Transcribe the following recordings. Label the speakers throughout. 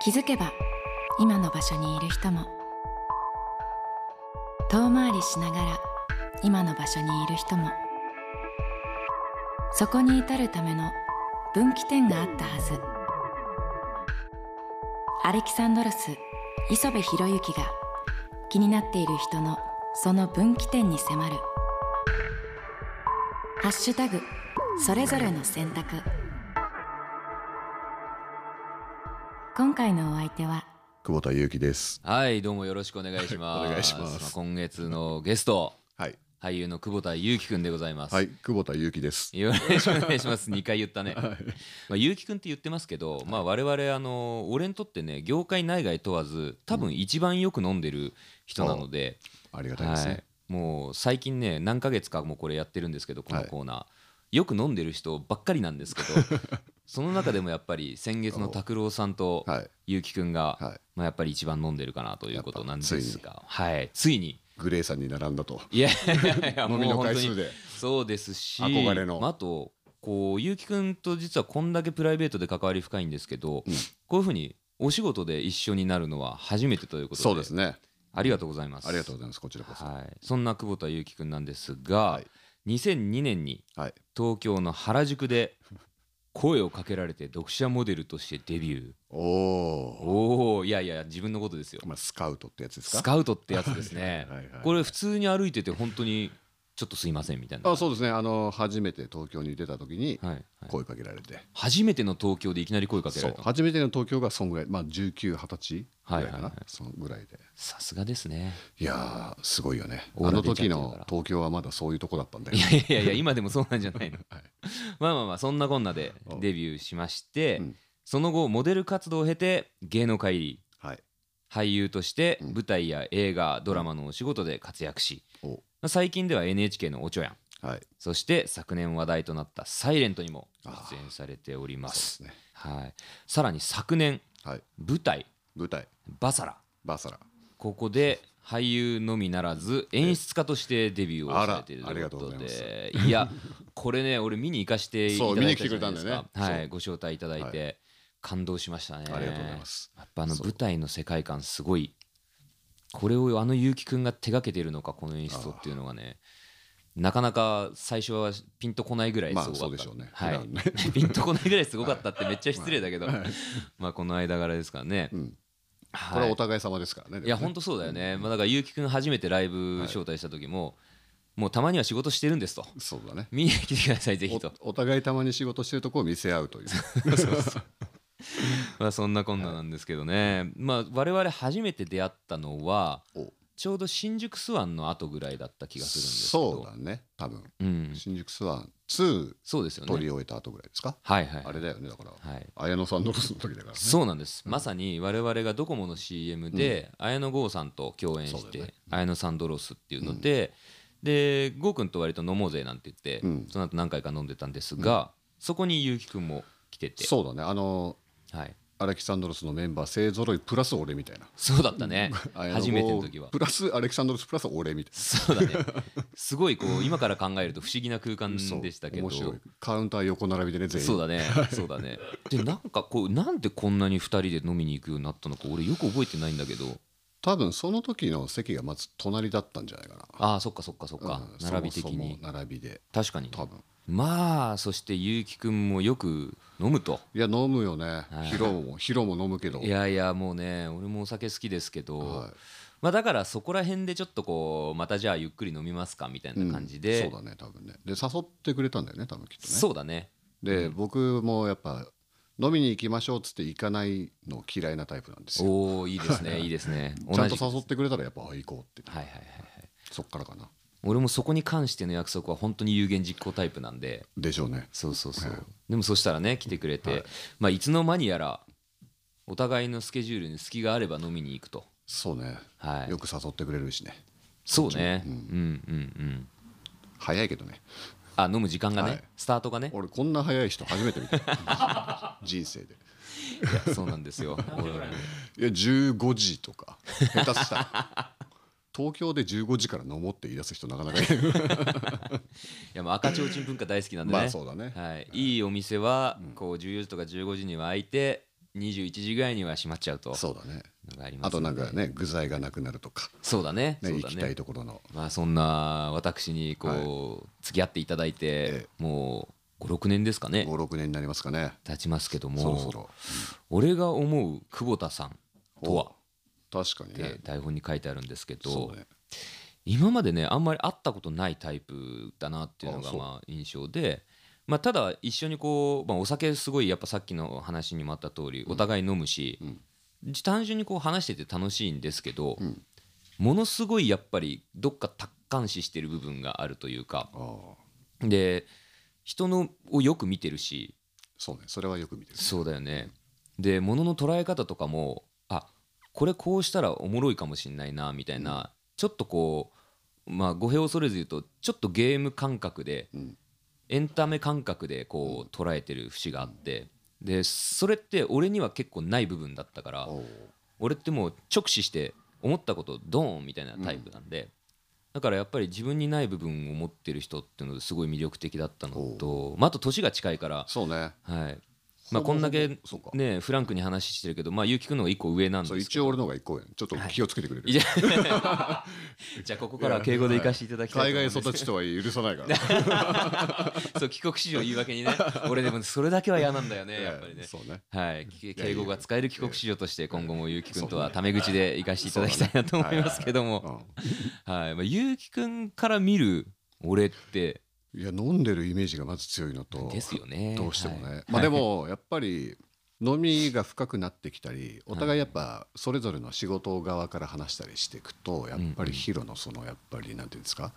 Speaker 1: 気づけば今の場所にいる人も遠回りしながら今の場所にいる人もそこに至るための分岐点があったはずアレキサンドロス磯部博之が気になっている人のその分岐点に迫る「ハッシュタグそれぞれの選択」今回のお相手は
Speaker 2: 久保田裕樹です。
Speaker 3: はい、どうもよろしくお願いします。
Speaker 2: はいお願いします
Speaker 3: あ今月のゲスト、
Speaker 2: はい。
Speaker 3: 俳優の久保田裕樹くんでございます。
Speaker 2: はい、久保田裕樹です。
Speaker 3: よろしくお願いします。2回言ったね。
Speaker 2: はい
Speaker 3: まあ、裕樹くんって言ってますけど、まあ、我々、あの、俺にとってね、業界内外問わず、多分一番よく飲んでる人なので、
Speaker 2: ありがたいです
Speaker 3: は
Speaker 2: ね
Speaker 3: い。。もう最近ね、何ヶ月かもうこれやってるんですけど、このコーナー。よく飲んでる人ばっかりなん ですけど、その中でもやっぱり先月の拓郎さんと
Speaker 2: はい。
Speaker 3: 結城くんが、
Speaker 2: はい
Speaker 3: まあ、やっぱり一番飲んでるかなということなんですがはい、ついに
Speaker 2: グレーさんに並んだと。
Speaker 3: いやいやいやも
Speaker 2: 飲
Speaker 3: う
Speaker 2: みの回
Speaker 3: 本
Speaker 2: 数
Speaker 3: 当に
Speaker 2: で。
Speaker 3: そうですし
Speaker 2: 憧れの
Speaker 3: まあ、あとこう結城くんと実はこんだけプライベートで関わり深いんですけど、
Speaker 2: うん
Speaker 3: こういうふうにお仕事で一緒になるのは初めてということで
Speaker 2: そうですね。
Speaker 3: ありがとうございます
Speaker 2: ありがとうございます。こちらこそ。
Speaker 3: はい、そんな久保田結城くんなんですが、
Speaker 2: はい
Speaker 3: 2002年に
Speaker 2: はい。
Speaker 3: 東京の原宿で声をかけられて読者モデルとしてデビュー
Speaker 2: お お。
Speaker 3: おおいやいや自分のことですよ
Speaker 2: まあスカウトってやつですか。
Speaker 3: スカウトってやつですね
Speaker 2: はいはいはい
Speaker 3: これ普通に歩いてて本当にちょっとすいませんみたいな
Speaker 2: あ、そうですね。あの初めて東京に出た時に
Speaker 3: はいはい
Speaker 2: 声かけられて。
Speaker 3: 初めての東京でいきなり声かけら
Speaker 2: そ
Speaker 3: れ
Speaker 2: う
Speaker 3: たの
Speaker 2: 初めての東京がそんぐらい、まあ、19、20歳ぐらいかな、
Speaker 3: はいはいはい
Speaker 2: そのぐらいで、
Speaker 3: さすがですね
Speaker 2: いやー、すごいよね、
Speaker 3: オ
Speaker 2: あ
Speaker 3: ーラ
Speaker 2: の
Speaker 3: 出ちゃって
Speaker 2: 時
Speaker 3: るから
Speaker 2: の東京はまだそういうとこだったんだよ
Speaker 3: い、やいやいや今でもそうなんじゃないの
Speaker 2: はい
Speaker 3: まあまあまあそんなこんなでデビューしまして、
Speaker 2: うん
Speaker 3: その後モデル活動を経て芸能界入り
Speaker 2: はい、
Speaker 3: 俳優として
Speaker 2: うん
Speaker 3: 舞台や映画ドラマのお仕事で活躍し、
Speaker 2: お
Speaker 3: まあ最近では NHK の「おちょやん
Speaker 2: はい、」
Speaker 3: そして昨年話題となった「サイレントにも
Speaker 2: あ
Speaker 3: 出
Speaker 2: ー
Speaker 3: 演されておりま
Speaker 2: そうですすね、
Speaker 3: はい、さらに昨年
Speaker 2: はい、
Speaker 3: 舞台
Speaker 2: 舞台、
Speaker 3: 「バサラ
Speaker 2: バサラ、」
Speaker 3: ここで俳優のみならず演出家としてデビューをされている
Speaker 2: あ
Speaker 3: と
Speaker 2: ら
Speaker 3: いうこと
Speaker 2: ありがとうご
Speaker 3: でいやこれね俺見に行かしていただいたじゃないです
Speaker 2: そう見に来
Speaker 3: か
Speaker 2: てくれたんだよね
Speaker 3: は
Speaker 2: そう
Speaker 3: い、ご招待いただいて、感動しましたね
Speaker 2: ありがとうございます。
Speaker 3: やっぱあの
Speaker 2: そう
Speaker 3: 舞台の世界観すごいこれをあの結城くんが手がけてるのかこの演出をっていうのがねなかなか最初はピンとこないぐらいすご
Speaker 2: まあ
Speaker 3: かった、
Speaker 2: そうでしょうね
Speaker 3: は
Speaker 2: 普
Speaker 3: い
Speaker 2: 段ね
Speaker 3: ピンとこないぐらいすごかったってめっちゃ失礼だけど、まあこの間柄ですからね、
Speaker 2: うん
Speaker 3: はい
Speaker 2: これはお互い様ですからね。
Speaker 3: いや本
Speaker 2: 当
Speaker 3: 当そうだよね、まあ、だから結城くん初めてライブ招待した時も、もうたまには仕事してるんですと
Speaker 2: そうだね。
Speaker 3: 見に来てくださいぜひと
Speaker 2: おお互いたまに仕事してるとこを見せ合うという。
Speaker 3: まあそんなこんななんですけどね、まあ我々初めて出会ったのは
Speaker 2: お
Speaker 3: ちょうど新宿スワンの後ぐらいだった気がするんですけ ど
Speaker 2: そうだね。多分
Speaker 3: うん、
Speaker 2: 新宿スワン2
Speaker 3: そうですよ
Speaker 2: 取
Speaker 3: ね
Speaker 2: り終えた後ぐらいですか。
Speaker 3: はいはい
Speaker 2: あれだよねだから。
Speaker 3: はい
Speaker 2: 綾野サンドロスの時だからね。
Speaker 3: そうなんです、まさに我々がドコモの CM で、綾野剛さんと共演
Speaker 2: そ
Speaker 3: し
Speaker 2: うだ
Speaker 3: て、
Speaker 2: よね
Speaker 3: 綾野サンドロスっていうので、で剛君と割と飲もうぜなんて言って、
Speaker 2: うん
Speaker 3: その後何回か飲んでたんですが、そこに結城君も来てて
Speaker 2: そうだね。あの
Speaker 3: はい、
Speaker 2: アレキサンドロスのメンバー勢ぞろいプラス俺みたいな。
Speaker 3: そうだったね
Speaker 2: 綾野剛
Speaker 3: 初めての時は
Speaker 2: プラスアレキサンドロスプラス俺みたい
Speaker 3: そうだねすごいこう今から考えると不思議な空間
Speaker 2: な。そう
Speaker 3: でしたけど
Speaker 2: 面白い。カウンター横並びでね全員。
Speaker 3: そうだ ねそうだねでなんかこうなんでこんなに2人で飲みに行くようになったのか俺よく覚えてないんだけど
Speaker 2: 多分その時の席がまず隣だったんじゃないかな。
Speaker 3: ああそっかそっかそっか、
Speaker 2: うん
Speaker 3: 並び的に
Speaker 2: そもそも並びで
Speaker 3: 確かに
Speaker 2: 多分。
Speaker 3: まあそして結城くんもよく飲むと
Speaker 2: いや飲むよね
Speaker 3: はい。
Speaker 2: ヒロも ヒロも飲むけど。
Speaker 3: いやいやもうね俺もお酒好きですけど、
Speaker 2: はい。
Speaker 3: まあだからそこら辺でちょっとこうまたじゃあゆっくり飲みますかみたいな感じで、
Speaker 2: うんそうだね多分ねで誘ってくれたんだよね多分きっとね
Speaker 3: そうだね
Speaker 2: で、僕もやっぱ飲みに行きましょうっつって行かないの嫌いなタイプなんですよ
Speaker 3: おおいいですねいいですね
Speaker 2: ちゃん
Speaker 3: 同じく
Speaker 2: と誘ってくれたらやっぱあ行こうって
Speaker 3: はいはいはいはい
Speaker 2: そっからかな
Speaker 3: 俺もそこに関しての約束は本当に有言実行タイプなんで
Speaker 2: でしょうね
Speaker 3: そうそうそう、
Speaker 2: はい
Speaker 3: でもそしたらね来てくれて、
Speaker 2: はい
Speaker 3: い、まあいつの間にやらお互いのスケジュールに隙があれば飲みに行くと
Speaker 2: そうね、
Speaker 3: はい
Speaker 2: よく誘ってくれるしね
Speaker 3: そうね、
Speaker 2: う
Speaker 3: うんん、うんうん
Speaker 2: 早いけどね
Speaker 3: あ飲む時間がね、
Speaker 2: はい
Speaker 3: スタートがね
Speaker 2: 俺こんな早い人初めて見た 人生で
Speaker 3: いやそうなんで すよ俺
Speaker 2: い
Speaker 3: も
Speaker 2: や15時とか下手したら 東京で15時から飲もうって言い出す人なかなかいない
Speaker 3: いやもう赤ちょうちん文化大好きなんでね
Speaker 2: まあそうだね
Speaker 3: はい、いいお店はこう14時とか15時には開いて21時ぐらいには閉まっちゃうと
Speaker 2: そうだね
Speaker 3: のがあります
Speaker 2: あとなん
Speaker 3: の
Speaker 2: か
Speaker 3: で
Speaker 2: ね具材がなくなるとか、
Speaker 3: そうだね
Speaker 2: ね
Speaker 3: そう
Speaker 2: 行
Speaker 3: だ
Speaker 2: きた
Speaker 3: ね
Speaker 2: いところの
Speaker 3: まあそんな私にこう、付き合っていただいて、
Speaker 2: え
Speaker 3: もう56年ですかね
Speaker 2: 56年になりますかね
Speaker 3: 経ちますけども
Speaker 2: そろそろ
Speaker 3: 俺が思う久保田さんとは
Speaker 2: 確かに
Speaker 3: って
Speaker 2: ね
Speaker 3: 台本に書いてあるんですけど、
Speaker 2: そうね
Speaker 3: 今までねあんまり会ったことないタイプだなっていうの
Speaker 2: あ
Speaker 3: が
Speaker 2: そう
Speaker 3: まあ印象で、まあ、ただ一緒にこう、まあ、お酒すごいやっぱさっきの話にもあった通りお互い飲むし、
Speaker 2: うん
Speaker 3: 単純にこう話してて楽しいんですけど、
Speaker 2: うん
Speaker 3: ものすごいやっぱりどっか達観視してる部分があるというか
Speaker 2: ああ
Speaker 3: で人のをよく見てるし
Speaker 2: そうねそれはよく見てる
Speaker 3: そうだよねで物の捉え方とかもあこれこうしたらおもろいかもしんないなみたいな、ちょっとこうまあ語弊を恐れず言うとちょっとゲーム感覚で
Speaker 2: うん
Speaker 3: エンタメ感覚でこう捉えてる節があって、でそれって俺には結構ない部分だったから
Speaker 2: おう
Speaker 3: 俺ってもう直視して思ったことをドーンみたいなタイプなんで、だからやっぱり自分にない部分を持ってる人っていうのですごい魅力的だったのと、まあ、あと年が近いから
Speaker 2: そうね
Speaker 3: はいまあ、
Speaker 2: ほぼ
Speaker 3: こんだ
Speaker 2: ほ
Speaker 3: け
Speaker 2: ぼそうか
Speaker 3: ねフランクに話してるけど、まあ、ゆうきくんの方が一個上なん
Speaker 2: そ
Speaker 3: で
Speaker 2: う
Speaker 3: すけ
Speaker 2: 一
Speaker 3: ど
Speaker 2: 応俺の方が一個上ちょっと気をつけてくれる
Speaker 3: いやじゃあここからは敬語で行かせていただきたい
Speaker 2: 海
Speaker 3: と
Speaker 2: 外
Speaker 3: 思うんで
Speaker 2: 育
Speaker 3: す
Speaker 2: ちとは許さない から
Speaker 3: そう帰国子女を言い訳 にね俺でもそれだけは嫌なんだよねやっぱりね
Speaker 2: そうね
Speaker 3: はい、き
Speaker 2: や
Speaker 3: 敬語が使える帰国子女として今後も結城くんとはタメ口で行かせていただきたいなと思いますけども、はい、まあ結城くんから見る俺って
Speaker 2: いや飲んでるイメージがまず強いのと
Speaker 3: ですよね。
Speaker 2: どうしてもね、
Speaker 3: はい
Speaker 2: まあでもやっぱり飲みが深くなってきたりお互いやっぱそれぞれの仕事側から話したりしていくとやっぱりヒロのそのやっぱりなんていうんですか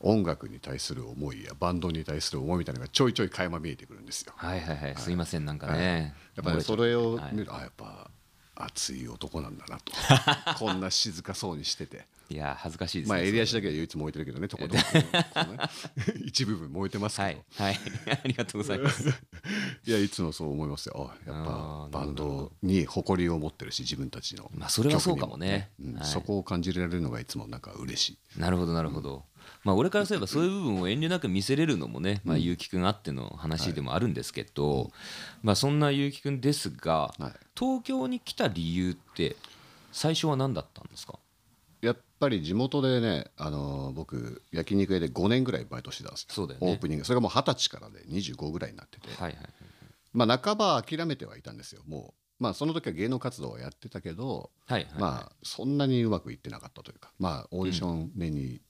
Speaker 2: 音楽に対する思いやバンドに対する思いみたいなのがちょいちょい垣間見えてくるんですよ。
Speaker 3: はいはいはい、すいませんなんかね。
Speaker 2: やっぱりそ
Speaker 3: 漏
Speaker 2: れ
Speaker 3: ちゃ
Speaker 2: を
Speaker 3: はい
Speaker 2: 見ると、あやっぱ熱い男なんだなと こんな静かそうにしてて、
Speaker 3: いや恥ずかしいです
Speaker 2: ま
Speaker 3: ね。
Speaker 2: あ襟
Speaker 3: そ
Speaker 2: 足だけは唯一燃えてるけどねとことん このね 一部分燃えてますけ
Speaker 3: れ
Speaker 2: ど、
Speaker 3: はいはいありがとうございます。
Speaker 2: いやいつもそう思いますよあやっ
Speaker 3: あ
Speaker 2: ぱ
Speaker 3: ーな
Speaker 2: バ
Speaker 3: るほ
Speaker 2: ン
Speaker 3: ど
Speaker 2: ドに誇りを持ってるし自分たちの
Speaker 3: まあそれはそうかもね
Speaker 2: 曲にうん
Speaker 3: はい
Speaker 2: そこを感じられるのがいつもなんか嬉しい
Speaker 3: なるほどなるほど、まあ俺からすればそういう部分を遠慮なく見せれるのもね、まあ結城くんあっての話でもあるんですけど、まあそんな結城くんですが、
Speaker 2: はい
Speaker 3: 東京に来た理由って最初は何だったんですか
Speaker 2: やっぱり地元でね、あのー僕焼肉屋で5年ぐらいバイトしてたんですよ
Speaker 3: そうだよね
Speaker 2: オープニングそれがもう二十歳からで25ぐらいになってて
Speaker 3: はいはい
Speaker 2: まあ半ば諦めてはいたんですよもうまあその時は芸能活動はやってたけど、
Speaker 3: はいはい
Speaker 2: まあそんなにうまくいってなかったというかまあオーディション年に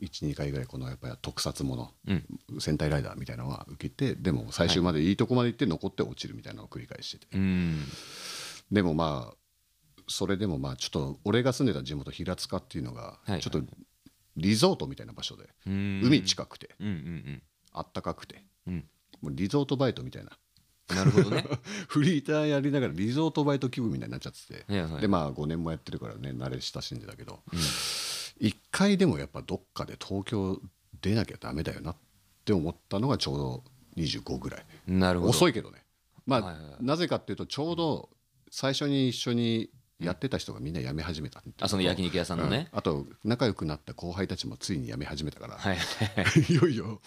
Speaker 2: 12、回ぐらいこのやっぱり特撮もの
Speaker 3: うん
Speaker 2: 戦隊ライダーみたいなのは受けてでも最終までいいとこまで行って残って落ちるみたいなのを繰り返してて、
Speaker 3: うん
Speaker 2: でもまあそれでもまあちょっと俺が住んでた地元平塚っていうのが
Speaker 3: はい
Speaker 2: ちょっとリゾートみたいな場所で、
Speaker 3: うん
Speaker 2: 海近くて
Speaker 3: うんうん
Speaker 2: あったかくて
Speaker 3: うんうん
Speaker 2: もうリゾートバイトみたいな
Speaker 3: なるほどね
Speaker 2: フリーターやりながらリゾートバイト気分みたいになっちゃってて、
Speaker 3: はいはい
Speaker 2: でまあ5年もやってるからね慣れ親しんでたけど、一回でもやっぱどっかで東京出なきゃダメだよなって思ったのがちょうど25ぐらい。
Speaker 3: なるほど
Speaker 2: 遅
Speaker 3: い
Speaker 2: いけどね、まあ
Speaker 3: はいはいはい
Speaker 2: なぜかっていうとちょうど最初に一緒にやってた人がみんな辞め始めたっていうと
Speaker 3: あその焼肉屋さんのね、
Speaker 2: うんあと仲良くなった後輩たちもついに辞め始めたから、
Speaker 3: はいはいは い
Speaker 2: いよいよ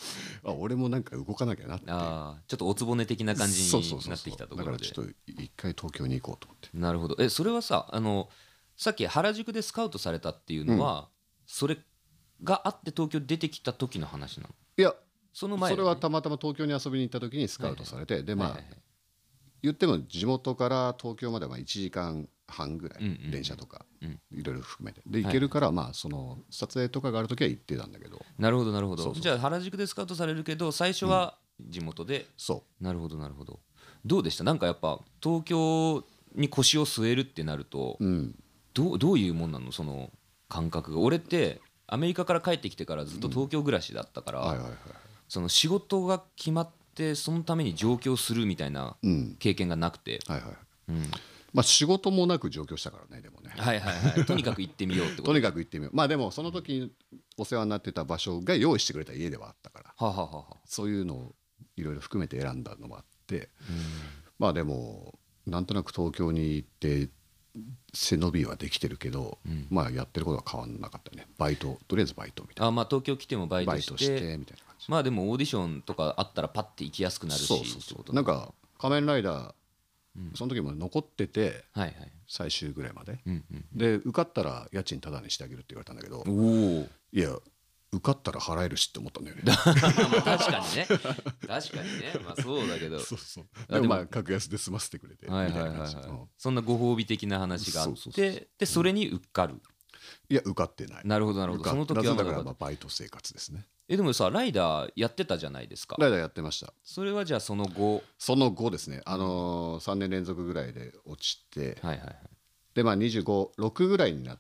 Speaker 2: あ俺もなんか動かなきゃなって
Speaker 3: ああちょっとおつぼね的な感じ
Speaker 2: そうそうそうそう
Speaker 3: になってきたとこ
Speaker 2: だか
Speaker 3: ろ
Speaker 2: ら
Speaker 3: で
Speaker 2: ちょっと一回東京に行こうと思って
Speaker 3: なるほどえそれはさあのさっき原宿でスカウトされたっていうのは、それがあって東京出てきた時の話なの
Speaker 2: いや
Speaker 3: その前
Speaker 2: それは
Speaker 3: た
Speaker 2: たまたま東京に遊びに行った時にスカウトされて、でまあ、
Speaker 3: はいはいはい
Speaker 2: 言っても地元から東京までは1時間半ぐら
Speaker 3: うんうん
Speaker 2: い電車とか
Speaker 3: うん
Speaker 2: いろいろ含めてで行けるからまあその撮影とかがある時は行ってたんだけど
Speaker 3: なるほどなるほど
Speaker 2: そうそうそう
Speaker 3: じゃあ原宿でスカウトされるけど最初は地元で、
Speaker 2: そう
Speaker 3: なるほどなるほどどうでしたなんかやっぱ東京に腰を据えるってなると、
Speaker 2: うん、
Speaker 3: どうどういうもんなのその感覚が俺ってアメリカから帰ってきてからずっと東京暮らしだったから、
Speaker 2: はいはいはい。
Speaker 3: その仕事が決まってそのために上京するみたいな
Speaker 2: うん、
Speaker 3: 経験がなくて、
Speaker 2: はいはい。
Speaker 3: うん
Speaker 2: まあ仕事もなく上京したからね、でもね。
Speaker 3: はいはいはい とにかく行ってみようってこと
Speaker 2: とにかく行ってみよう。まあでもその時お世話になってた場所が用意してくれた家ではあったから、
Speaker 3: はあはあはあはあ
Speaker 2: そういうのをいろいろ含めて選んだのもあって、まあでもなんとなく東京に行って背伸びはできてるけど、まあやってることは変わんなかったね。バイトとりあえずバイトみたい
Speaker 3: あまあ東京来てもバ
Speaker 2: な。
Speaker 3: イト
Speaker 2: バイ
Speaker 3: して
Speaker 2: トしてみたいな感じ。
Speaker 3: まあでもオーディションとかあったらパッて行きやすくなるし
Speaker 2: そうそう
Speaker 3: ってこ
Speaker 2: そ
Speaker 3: と
Speaker 2: う。なんか仮面ライダー
Speaker 3: うん
Speaker 2: その時も残ってて
Speaker 3: はいはい
Speaker 2: 最終ぐらいまで
Speaker 3: うんうん
Speaker 2: で受かったら家賃タダにしてあげるって言われたんだけど
Speaker 3: おお
Speaker 2: いや受かったら払えるしって思ったんだよね
Speaker 3: 確かにね確かにねまあ そうだけど
Speaker 2: そうそう
Speaker 3: あで
Speaker 2: で
Speaker 3: も
Speaker 2: もまあ格安で済ませてくれてみた
Speaker 3: はい
Speaker 2: い
Speaker 3: は
Speaker 2: ない
Speaker 3: は
Speaker 2: 感
Speaker 3: い、
Speaker 2: じ
Speaker 3: はい
Speaker 2: うん
Speaker 3: そんなご褒美的な話があって
Speaker 2: そうそうそうそ
Speaker 3: でそれにうっかる、
Speaker 2: いや受かってない
Speaker 3: なるほどなるほ
Speaker 2: 受
Speaker 3: ど
Speaker 2: か
Speaker 3: その時は
Speaker 2: 夏だ
Speaker 3: まだ
Speaker 2: か
Speaker 3: よからっ
Speaker 2: ま
Speaker 3: た
Speaker 2: あバイト生活ですね
Speaker 3: えでもさライダーやってたじゃないですか
Speaker 2: ライダーやってました
Speaker 3: それはじゃあその後
Speaker 2: その後ですねあのー3年連続ぐらいで落ちて
Speaker 3: はいはいはい
Speaker 2: でまあ256ぐらいになっ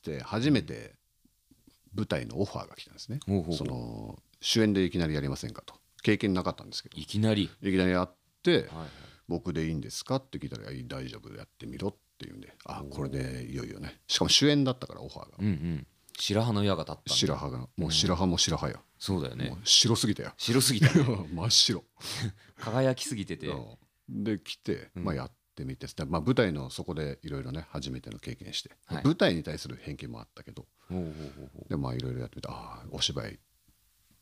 Speaker 2: て初めて舞台のオファーが来たんですね
Speaker 3: ほうほうほう
Speaker 2: その主演でいきなりやりませんかと経験なかったんですけどい
Speaker 3: いきなり、
Speaker 2: きなりやって
Speaker 3: はいはい、
Speaker 2: 僕でいいんですかって聞いたら「いい大丈夫やってみろ」って言うんであこれでいよいよねしかも主演だったからオファーが
Speaker 3: うんうん白羽の矢が立ったんだ
Speaker 2: 白羽がもう白羽も白羽よ
Speaker 3: そうだよね
Speaker 2: もう白すぎたよ
Speaker 3: 白すぎた
Speaker 2: 真っ白
Speaker 3: 輝きすぎてて
Speaker 2: うんで来て、
Speaker 3: うん
Speaker 2: まあ、やってみて、まあ、舞台のそこでいろいろね初めての経験して、
Speaker 3: はい
Speaker 2: 舞台に対する偏見もあったけど
Speaker 3: ほうほうほうほう
Speaker 2: でまあいろいろやってみてああお芝居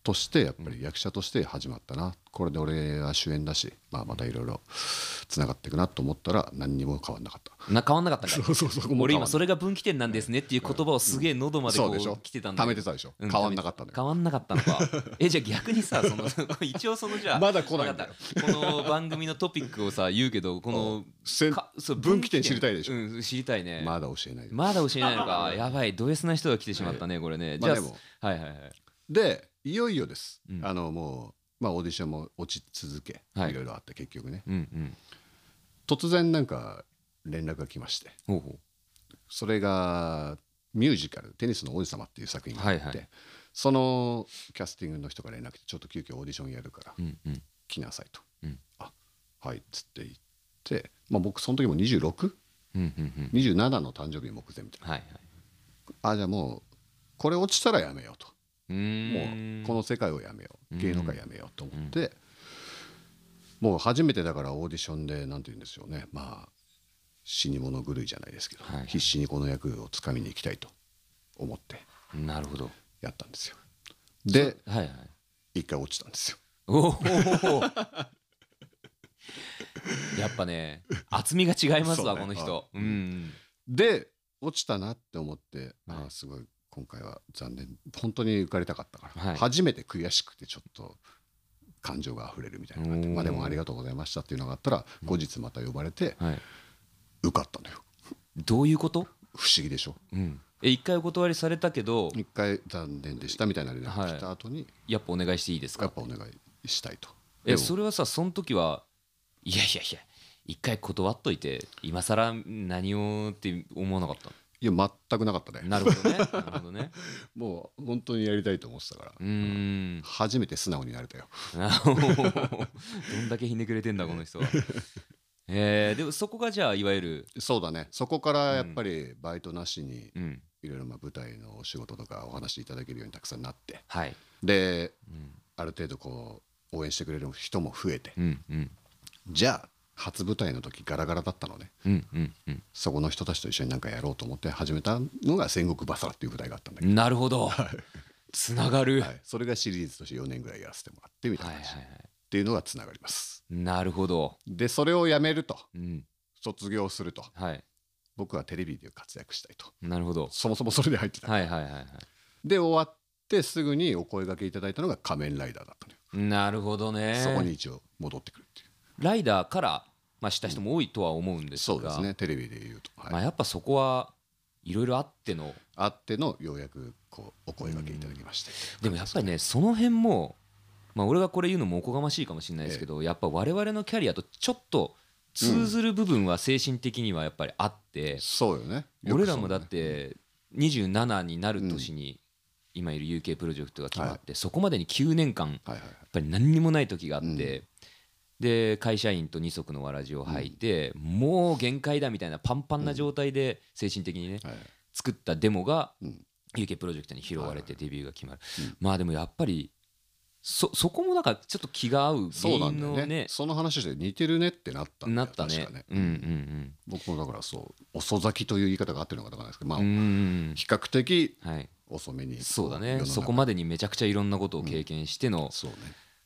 Speaker 2: としてやっぱり役者として始まったな、これで俺は主演だし、まあ、またいろいろつながっていくなと思ったら何にも変わんなかった。
Speaker 3: な変わんなかったんかい
Speaker 2: そうそうそう
Speaker 3: 俺今そ
Speaker 2: れ
Speaker 3: れが分岐点なんですねっていう言葉をすげえ喉までこ
Speaker 2: そうでしょ
Speaker 3: う来てたんだ
Speaker 2: 溜め
Speaker 3: けど
Speaker 2: てたでしょ、
Speaker 3: う
Speaker 2: 変わんなかったのよ
Speaker 3: 変わんなかった のかえじゃあ逆にさその 一応そのじゃあ
Speaker 2: まだ来ないんだよ
Speaker 3: わかったこの番組のトピックをさ言うけどこの
Speaker 2: せん
Speaker 3: かそう
Speaker 2: 分岐点知りたいでしょ
Speaker 3: うん、知りたいねま
Speaker 2: まだ教えないで,、
Speaker 3: だ教えないのかやばいド S な人が来てしまったねこれねじ
Speaker 2: ま
Speaker 3: ゃ
Speaker 2: あ、
Speaker 3: あ
Speaker 2: でも
Speaker 3: はいはいはい
Speaker 2: でいよいよです、
Speaker 3: うん
Speaker 2: あのもう、まあ、オーディションも落ち続け、
Speaker 3: はい
Speaker 2: いろいろあって結局ね
Speaker 3: うんうん
Speaker 2: 突然なんか連絡が来まして
Speaker 3: ほうほ
Speaker 2: それがミュージカル「テニスの王子様」っていう作品があって、
Speaker 3: はいは
Speaker 2: そのキャスティングの人から連絡来てちょっと急遽オーディションやるから
Speaker 3: ううんうん
Speaker 2: 来なさいと、
Speaker 3: うん
Speaker 2: あはいっつって言って、まあ、僕その時も 26?27
Speaker 3: うんうんうん
Speaker 2: の誕生日目前みたいな
Speaker 3: はいはい
Speaker 2: あじゃあもうこれ落ちたらやめようと
Speaker 3: う
Speaker 2: も
Speaker 3: ーん
Speaker 2: うこの世界をやめよ
Speaker 3: う
Speaker 2: うん芸能界やめようと思って、もう初めてだからオーディションでなんて言うんですよねまあ死に物狂いじゃないですけど、
Speaker 3: はい
Speaker 2: 必死にこの役をつかみに行きたいと思って
Speaker 3: なるほど
Speaker 2: やったんですよで
Speaker 3: はいはい
Speaker 2: 一回落ちたんですよ
Speaker 3: おお やっぱね厚みが違います
Speaker 2: そう
Speaker 3: わ、
Speaker 2: ね
Speaker 3: この人
Speaker 2: う
Speaker 3: うんん
Speaker 2: で落ちたなって思って、
Speaker 3: はい
Speaker 2: ああすごい今回は残念本当に受かりたかったから、
Speaker 3: はい
Speaker 2: 初めて悔しくてちょっと感情が溢れるみたいなのがあって
Speaker 3: おー
Speaker 2: まあでもありがとうございましたっていうのがあったら後日また呼ばれて
Speaker 3: はい
Speaker 2: 受かったのよ
Speaker 3: どういうこと、
Speaker 2: 不思議でしょ
Speaker 3: うん、え一回お断りされたけど
Speaker 2: 一回残念でしたみたいな連絡が来た後に、
Speaker 3: やっぱお願いしていいです
Speaker 2: や
Speaker 3: か
Speaker 2: っぱお願いしたいと
Speaker 3: え
Speaker 2: でも
Speaker 3: それはさその時はいやいやいや一回断っといて今更何をって思わなかった
Speaker 2: いや全くなかったね
Speaker 3: なるほどねなるほどね
Speaker 2: もう本当にやりたいと思ってたから、
Speaker 3: うーん
Speaker 2: 初めて素直になれたよ
Speaker 3: あおーどんだけひねくれてんだこの人はえー、でもそこがじゃあいわゆる
Speaker 2: そうだねそこからやっぱりバイトなしに
Speaker 3: うん
Speaker 2: いろいろまあ舞台のお仕事とかお話しいただけるようにたくさんなって
Speaker 3: はい
Speaker 2: で
Speaker 3: うん
Speaker 2: ある程度こう応援してくれる人も増えて
Speaker 3: うんうん
Speaker 2: じゃあ初舞台の時ガラガラだったのね
Speaker 3: うんうんうん
Speaker 2: そこの人たちと一緒になんかやろうと思って始めたのが「戦国バサラ」っていう舞台があったんだけ
Speaker 3: なるほど。つながる。
Speaker 2: ど、
Speaker 3: は
Speaker 2: はいい、それがシリーズとして4年ぐらいやらせてもらってみたい
Speaker 3: は
Speaker 2: ない
Speaker 3: は
Speaker 2: 感じ、
Speaker 3: い。
Speaker 2: っていうのがつながります
Speaker 3: なるほど。
Speaker 2: でそれをやめると
Speaker 3: うん。
Speaker 2: 卒業すると
Speaker 3: はい。
Speaker 2: 僕はテレビで活躍したいと
Speaker 3: なるほど。
Speaker 2: そもそもそれで入ってた、
Speaker 3: はいはいはいは
Speaker 2: で終わってすぐにお声掛けいただいたのが「仮面ライダー」だったのよ、
Speaker 3: い。なるほどね。
Speaker 2: そこに一応戻ってくるっていう
Speaker 3: ライダーからまあ知った人も多いとは思うんですが、
Speaker 2: そうですねテレビで言うと、はい
Speaker 3: まあやっぱそこはいろいろあっての。
Speaker 2: あってのようやくこうお声掛けいただきまして、
Speaker 3: でもやっぱりねその辺もまあ俺がこれ言うのもおこがましいかもしれないですけど、やっぱ我々のキャリアとちょっと通ずる部分は精神的にはやっぱりあって。
Speaker 2: そうよねよく
Speaker 3: 俺らも
Speaker 2: そ
Speaker 3: だ
Speaker 2: う
Speaker 3: っ
Speaker 2: ね
Speaker 3: て27になる年に今いる UK プロジェクトが決まって、
Speaker 2: は
Speaker 3: そこまでに9年間やっ
Speaker 2: はいはいはい
Speaker 3: ぱり何にもない時があって、
Speaker 2: うん
Speaker 3: で会社員と二足のわらじを履いて、もう限界だみたいなパンパンな状態で精神的にね、
Speaker 2: はい
Speaker 3: 作ったデモが
Speaker 2: うん
Speaker 3: UK プロジェクトに拾われてデビューが決まる、
Speaker 2: うん
Speaker 3: まあでもやっぱりそそこもなんかちょっと気が合う原
Speaker 2: そうなん
Speaker 3: 因
Speaker 2: だ
Speaker 3: の
Speaker 2: よ
Speaker 3: ね
Speaker 2: ねその話で似てるねってなったんだ
Speaker 3: な
Speaker 2: よ
Speaker 3: ったね
Speaker 2: 確かね
Speaker 3: うんうんうん
Speaker 2: 僕もだからそう遅咲きという言い方が合ってるのか分からないですけどまあ、
Speaker 3: うんうん
Speaker 2: 比較的
Speaker 3: うんはい
Speaker 2: 遅めに
Speaker 3: そうだ
Speaker 2: 世の
Speaker 3: ね
Speaker 2: 中
Speaker 3: そこまでにめちゃくちゃいろんなことを経験しての
Speaker 2: そうね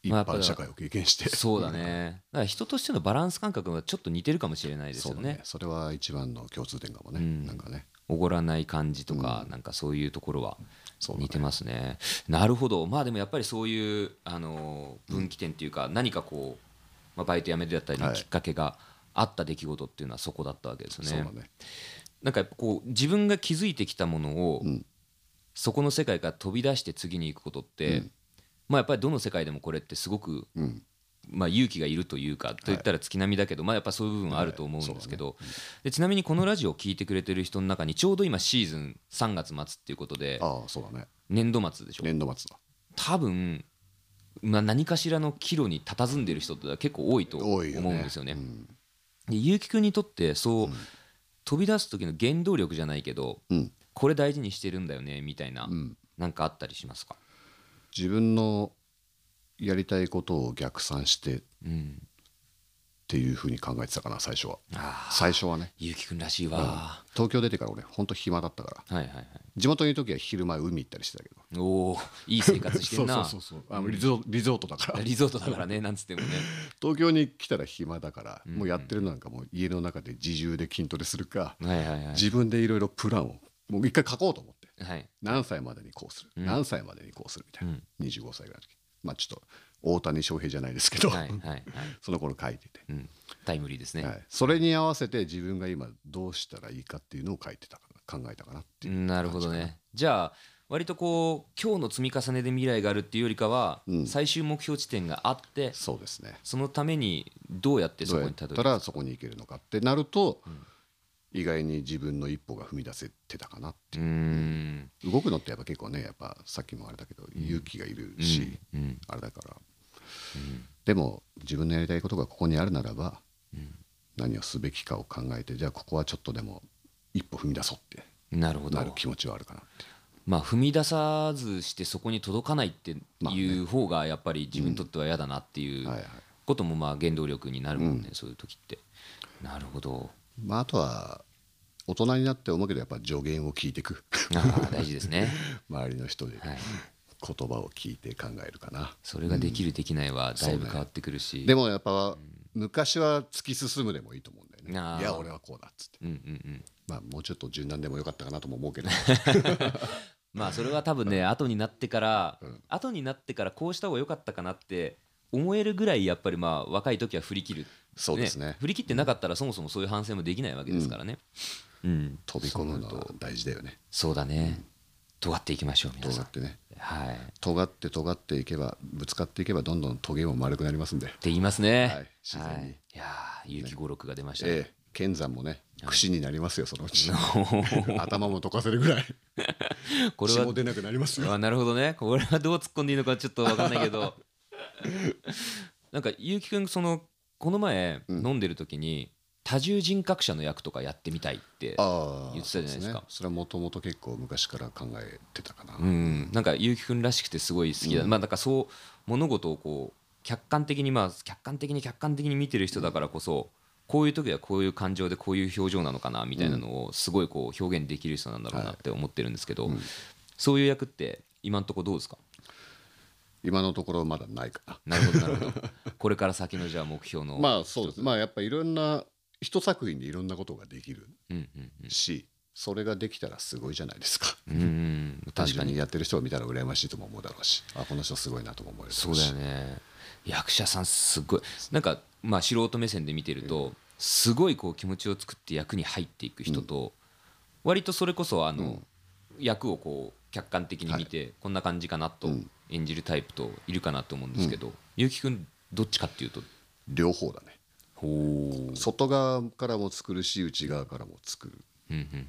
Speaker 2: 一
Speaker 3: まあやっぱ
Speaker 2: 般社会を経験して、
Speaker 3: そ うだねだから人としてのバランス感覚がちょっと似てるかもしれないです
Speaker 2: そ
Speaker 3: よ
Speaker 2: うだ
Speaker 3: ね
Speaker 2: ねそれは一番の共通点かもね、
Speaker 3: うん
Speaker 2: なんかね
Speaker 3: おごらない感じとか、なんかそういうところは
Speaker 2: そうだね
Speaker 3: 似てますね。なるほど、まあでもやっぱりそういうあのー分岐点というか、何かこう、まあ、バイト辞めてだったりの
Speaker 2: はい
Speaker 3: きっかけがあった出来事っていうのはそこだったわけですよ
Speaker 2: そう
Speaker 3: ね。
Speaker 2: だね
Speaker 3: なんかやっぱこう自分が気づいてきたものを、
Speaker 2: うん
Speaker 3: そこの世界から飛び出して次に行くことって、
Speaker 2: うん
Speaker 3: まあやっぱりどの世界でもこれってすごく
Speaker 2: うん
Speaker 3: まあ、勇気がいるというかといったら月並みだけど、まあ、やっぱそういう部分はあると思うんですけど、でちなみにこのラジオを聞いてくれてる人の中にちょうど今シーズン3月末っていうことで
Speaker 2: ああそうだね
Speaker 3: 年度末でしょ
Speaker 2: 年度末だ
Speaker 3: 多分、まあ、何かしらの岐路に佇んでる人って結構多いと思う
Speaker 2: 多
Speaker 3: ん
Speaker 2: いよね
Speaker 3: ですよね。
Speaker 2: うん
Speaker 3: で結城君にとってそう、飛び出す時の原動力じゃないけど
Speaker 2: うん
Speaker 3: これ大事にしてるんだよねみたいな、
Speaker 2: うん
Speaker 3: なんかあったりしますか、
Speaker 2: 自分のやりたいことを逆算してっ
Speaker 3: うん、
Speaker 2: ていうふうに考えてたかな最初は
Speaker 3: ああ
Speaker 2: 最初はね
Speaker 3: 結城君らしいわ、
Speaker 2: 東京出てから俺ほんと暇だったから
Speaker 3: はいはいはい
Speaker 2: 地元にいる時は昼前海行ったりしてたけど
Speaker 3: おおいい生活してん な
Speaker 2: そうそうそうそうあのリゾリゾートだから
Speaker 3: リゾートだからねなんつってもね
Speaker 2: 東京に来たら暇だから、
Speaker 3: ん
Speaker 2: もうやってるのなんかもう家の中で自重で筋トレするか、
Speaker 3: はいはいはい
Speaker 2: 自分でいろいろプランをもう一回書こうと思って
Speaker 3: はい
Speaker 2: 何歳までにこうする、
Speaker 3: うん
Speaker 2: 何歳までにこうするみたいな、
Speaker 3: うん
Speaker 2: 25歳ぐらいの時まあちょっと大谷翔平じゃないですけど、
Speaker 3: はいはいはい、
Speaker 2: その頃書いてて、
Speaker 3: うん、タイムリーですね、
Speaker 2: はい、それに合わせて自分が今どうしたらいいかっていうのを書いてたかな考えたかなっていう感じ
Speaker 3: なるほどねじゃあ割とこう今日の積み重ねで未来があるっていうよりかは、
Speaker 2: うん
Speaker 3: 最終目標地点があって
Speaker 2: そうですね
Speaker 3: そのためにどうやってそ
Speaker 2: どう
Speaker 3: こ
Speaker 2: やっ
Speaker 3: にたど
Speaker 2: た
Speaker 3: り着く
Speaker 2: らそこに行けるのかってなると、意外に自分の一歩が踏み出せてたかな
Speaker 3: うーん
Speaker 2: 動くのってやっぱ結構ねやっぱさっきもあれだけど勇気がいるし、
Speaker 3: うんうん
Speaker 2: あれだから、でも自分のやりたいことがここにあるならば、何をすべきかを考えてじゃあここはちょっとでも一歩踏み出そうって
Speaker 3: なるほど
Speaker 2: なる気持ちはあるかなって
Speaker 3: まあ踏み出さずしてそこに届かないって
Speaker 2: まあ
Speaker 3: い
Speaker 2: ね
Speaker 3: う方がやっぱり自分にとっては嫌だなっていう
Speaker 2: はいはい
Speaker 3: こともまあ原動力になるもんね、そういう時ってなるほど
Speaker 2: まあ、あとは大人になって思うけどやっぱ助言を聞いてく
Speaker 3: ああ大事です ね
Speaker 2: 周りの人で
Speaker 3: はい
Speaker 2: 言葉を聞いて考えるかな、
Speaker 3: それができるできないはだいぶ変わってくるし、
Speaker 2: でもやっぱ昔は突き進むでもいいと思うんだよ
Speaker 3: あー
Speaker 2: ねいや俺はこうだっつって
Speaker 3: うんうんうん
Speaker 2: まあもうちょっと柔軟でもよかったかなとも思うけど
Speaker 3: まあそれは多分ね後になってから、後になってからこうした方が良かったかなって思えるぐらいやっぱりまあ若い時は振り切る
Speaker 2: そうですね
Speaker 3: 振り切ってなかったらそもそもそういう反省もできないわけですからねうん、
Speaker 2: 飛び込むのは大事だよね
Speaker 3: そうだね、尖っていきましょう皆
Speaker 2: 尖
Speaker 3: さん
Speaker 2: ってね
Speaker 3: はいっ
Speaker 2: 尖って尖っていけばぶつかっていけばどんどんトゲも丸くなりますんで、
Speaker 3: て言いますね、
Speaker 2: はい自然に
Speaker 3: はい、いやー勇気語録が出ましたね、
Speaker 2: ええ、剣山もね櫛になりますよそのうち
Speaker 3: お
Speaker 2: 頭も溶かせるぐ らい
Speaker 3: これ
Speaker 2: 血
Speaker 3: は
Speaker 2: も出なくなりますよ
Speaker 3: あなるほどねこれはどう突っ込んでいいのかちょっと分かんないけど なんか結城くんそのこの前
Speaker 2: うん
Speaker 3: 飲んでる時に多重人格者の役とかやってみたいって
Speaker 2: ああ
Speaker 3: 言ってたじゃないですか
Speaker 2: そうねそれはもともと結構昔から考えてたかな、
Speaker 3: うんなんか結城くんらしくてすごい好きだ、まあなんかそう物事をこう客観的にまあ客観的に客観的に見てる人だからこそこういう時はこういう感情でこういう表情なのかなみたいなのをすごいこう表現できる人なんだろうなって思ってるんですけど、そういう役って今のところどうですか
Speaker 2: 今のところまだないかな
Speaker 3: なるほどなるほどこれから先のじゃあ目標の
Speaker 2: まあそうですまあやっぱいろんな一作品でいろんなことができる
Speaker 3: うんうん
Speaker 2: し、それができたらすごいじゃないですか
Speaker 3: うんうん確
Speaker 2: 確
Speaker 3: か
Speaker 2: かに
Speaker 3: に
Speaker 2: やってる人を見たら羨ましいとも思うだろうしあこの人すごいなとも思えるだ
Speaker 3: そ
Speaker 2: ろ
Speaker 3: うだ
Speaker 2: し
Speaker 3: よね役者さんすごいなんかまあ素人目線で見てるとすごいこう気持ちを作って役に入っていく人と割とそれこそあの役をこう客観的に見てこんな感じかなと
Speaker 2: うん
Speaker 3: 演じるタイプといるかなと思うんですけど結城くんどっちかっていうと
Speaker 2: 両方だね
Speaker 3: ほうん
Speaker 2: 外側からも作るし内側からも作る
Speaker 3: うんうん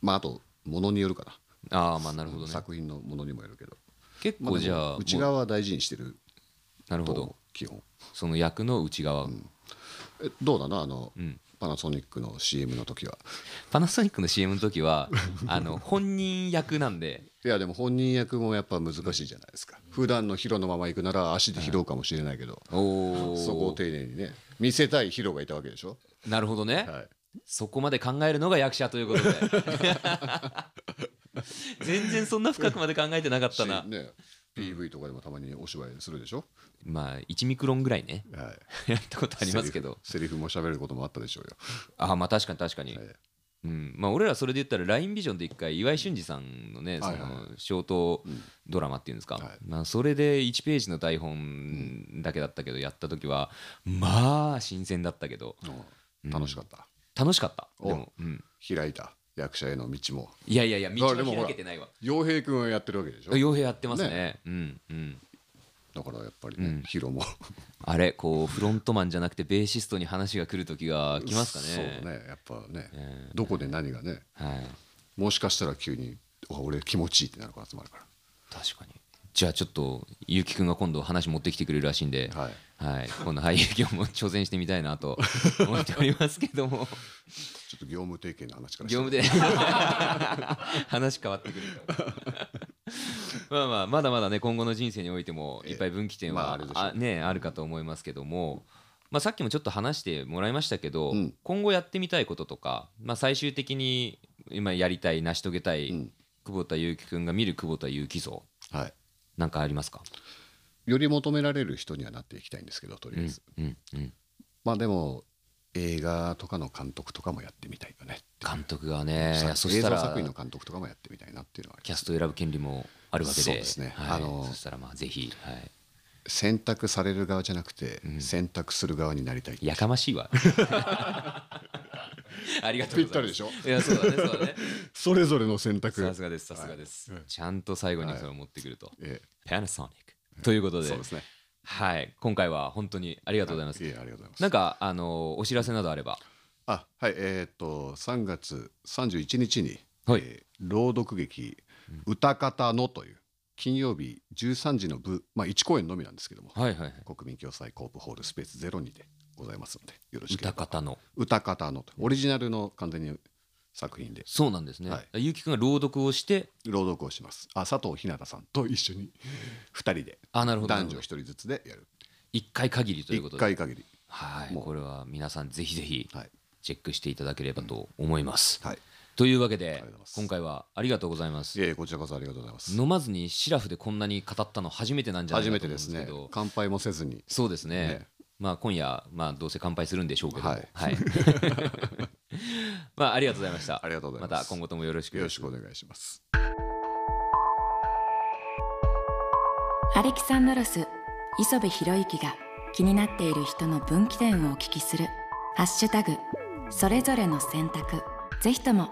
Speaker 2: まああとものによるかな
Speaker 3: ああまあなるほどね
Speaker 2: 作品のものにもよるけど、
Speaker 3: 結
Speaker 2: まあ
Speaker 3: 構
Speaker 2: でも
Speaker 3: じゃあ
Speaker 2: 内
Speaker 3: もう
Speaker 2: 側は大事にしてる
Speaker 3: なる
Speaker 2: と
Speaker 3: ほ
Speaker 2: 思う
Speaker 3: ど
Speaker 2: 基本
Speaker 3: その役の内側
Speaker 2: えどうなのあの、
Speaker 3: ん
Speaker 2: パナソニックの CM の時は
Speaker 3: パナソニックの CM の 時はあの本人役なんで
Speaker 2: いやでも本人役もやっぱ難しいじゃないですか普段のヒロのまま行くなら足で拾うかもしれないけど、
Speaker 3: お
Speaker 2: そこを
Speaker 3: お
Speaker 2: 丁寧にね見せたいヒロがいたわけでしょ、
Speaker 3: なるほどね、
Speaker 2: はい、
Speaker 3: そこまで考えるのが役者ということ で全然そんな深くまで考えてなかったな
Speaker 2: しね PV とかでもたまにお芝居するでしょ、
Speaker 3: まあ1ミクロンぐらいね
Speaker 2: はい、
Speaker 3: やったこと ありますけど
Speaker 2: セリフセリフも喋ることもあったでしょうよ
Speaker 3: ああまあ確かに確かに、
Speaker 2: はい
Speaker 3: うんまあ、俺らそれで言ったら LINE ビジョンで一回岩井俊二さんのねそ
Speaker 2: はいはいはい
Speaker 3: のショートドラマっていうんですか、
Speaker 2: はい
Speaker 3: まあ、それで1ページの台本だけだったけどやった時はまあ新鮮だったけど
Speaker 2: うん楽しかった、
Speaker 3: 楽しかったで
Speaker 2: お
Speaker 3: も、うん、
Speaker 2: 開いた役者への道も
Speaker 3: いやいやいや道は
Speaker 2: あでもほら
Speaker 3: 開けてないわ
Speaker 2: 洋平君はやってるわけでしょ
Speaker 3: 傭兵やってますね
Speaker 2: ね
Speaker 3: うんうん、
Speaker 2: だからやっぱりね、ヒロも
Speaker 3: あれこうフロントマンじゃなくてベーシストに話が来る時が来ますかね
Speaker 2: そうねやっぱね、どこで何がね
Speaker 3: はい、
Speaker 2: もしかしたら急に「あ俺気持ちいい」ってなる子集まるか
Speaker 3: 確かにじゃあちょっとゆうきくんが今度話持ってきてくれるらしいんで、
Speaker 2: ら、はい、
Speaker 3: はい、この俳優業も挑戦してみたいなと思っておりますけども
Speaker 2: ちょっと業務提携の話からして
Speaker 3: 業務で 話変わってくるかもまあまあまだまだね今後の人生においてもいっぱい分岐点
Speaker 2: まああ
Speaker 3: は
Speaker 2: れでしょう
Speaker 3: あねあるかと思いますけども、まあ、さっきもちょっと話してもらいましたけど、
Speaker 2: うん
Speaker 3: 今後やってみたいこととか、まあ、最終的に今やりたい成し遂げたい、
Speaker 2: うん
Speaker 3: 久保田悠希君が見る久保田悠希像
Speaker 2: はい、
Speaker 3: なんかありますか
Speaker 2: より求められる人にはなっていきたいんですけどとりあえず、
Speaker 3: うんうん、
Speaker 2: まあでも映画とかの監督とかもやってみたいよねっていう
Speaker 3: 監督がね
Speaker 2: さ
Speaker 3: そ
Speaker 2: 映
Speaker 3: した
Speaker 2: 像
Speaker 3: ら
Speaker 2: 作品の監督とかもやってみたいなっていうのはあり
Speaker 3: キ
Speaker 2: ま
Speaker 3: ャ
Speaker 2: す
Speaker 3: ストを選ぶ権利もあるわけで
Speaker 2: そうですね
Speaker 3: はい
Speaker 2: あの
Speaker 3: そしたらまあぜひ、はい
Speaker 2: 選択される側じゃなくて、選択する側になりたい
Speaker 3: やかまし いわありがとうございます
Speaker 2: ぴったりでしょ
Speaker 3: いやそうだねそ うだね
Speaker 2: それぞれの選択
Speaker 3: さすがですさすがです、ちゃんと最後にそれを持ってくると、
Speaker 2: え
Speaker 3: パナソニックということ
Speaker 2: え
Speaker 3: で
Speaker 2: そうですね
Speaker 3: はい今回は本当にありがとうございます、
Speaker 2: ええありがとうございます
Speaker 3: なんかあのお知らせなどあれば
Speaker 2: あはいえーっと3月31日に、
Speaker 3: はい
Speaker 2: えー朗読劇「歌方の」という金曜日13時の部、まあ、1公演のみなんですけども、
Speaker 3: はいはいはい
Speaker 2: 国民共済コープホールスペースゼロにでございますのでよろしけれ
Speaker 3: 歌
Speaker 2: ば
Speaker 3: 方の
Speaker 2: 歌方のとオリジナルの完全に作品で
Speaker 3: そうなんですね、
Speaker 2: はい
Speaker 3: ゆうきくんが朗読をして
Speaker 2: 朗読をしますあ佐藤ひなたさんと一緒に2人で
Speaker 3: あなるほどなる
Speaker 2: 男
Speaker 3: ほ
Speaker 2: 女
Speaker 3: ど
Speaker 2: 1人ずつでやる
Speaker 3: 一回限りということ
Speaker 2: 1
Speaker 3: で
Speaker 2: 回限り
Speaker 3: はい
Speaker 2: もう
Speaker 3: これは皆さんぜひぜひ
Speaker 2: はい、
Speaker 3: チェックしていただければと思います、
Speaker 2: はい、
Speaker 3: というわけ
Speaker 2: りが
Speaker 3: で
Speaker 2: とうございます
Speaker 3: 今回はありがとうございます
Speaker 2: いえいえこちらこそありがとうございます
Speaker 3: 飲まずにシラフでこんなに語ったの初めてなんじゃな
Speaker 2: 初
Speaker 3: いか
Speaker 2: め
Speaker 3: と
Speaker 2: て
Speaker 3: 思
Speaker 2: で
Speaker 3: うんですすけ
Speaker 2: ね
Speaker 3: ど
Speaker 2: 乾杯もせずに
Speaker 3: そうですね
Speaker 2: ね
Speaker 3: まあ今夜、まあ、どうせ乾杯するんでしょうけどもは
Speaker 2: はいい、
Speaker 3: まあありがとうございました
Speaker 2: ありがとうございます
Speaker 3: また今後ともよろしく
Speaker 2: よろしくお願いします
Speaker 1: アレキサンドロス磯部博之が気になっている人の分岐点をお聞きする「ハッシュタグそれぞれの選択」ぜひとも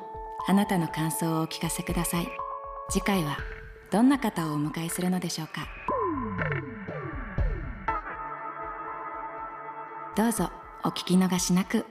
Speaker 1: あなたの感想をお聞かせください次回はどんな方をお迎えするのでしょうかどうぞお聞き逃しなく。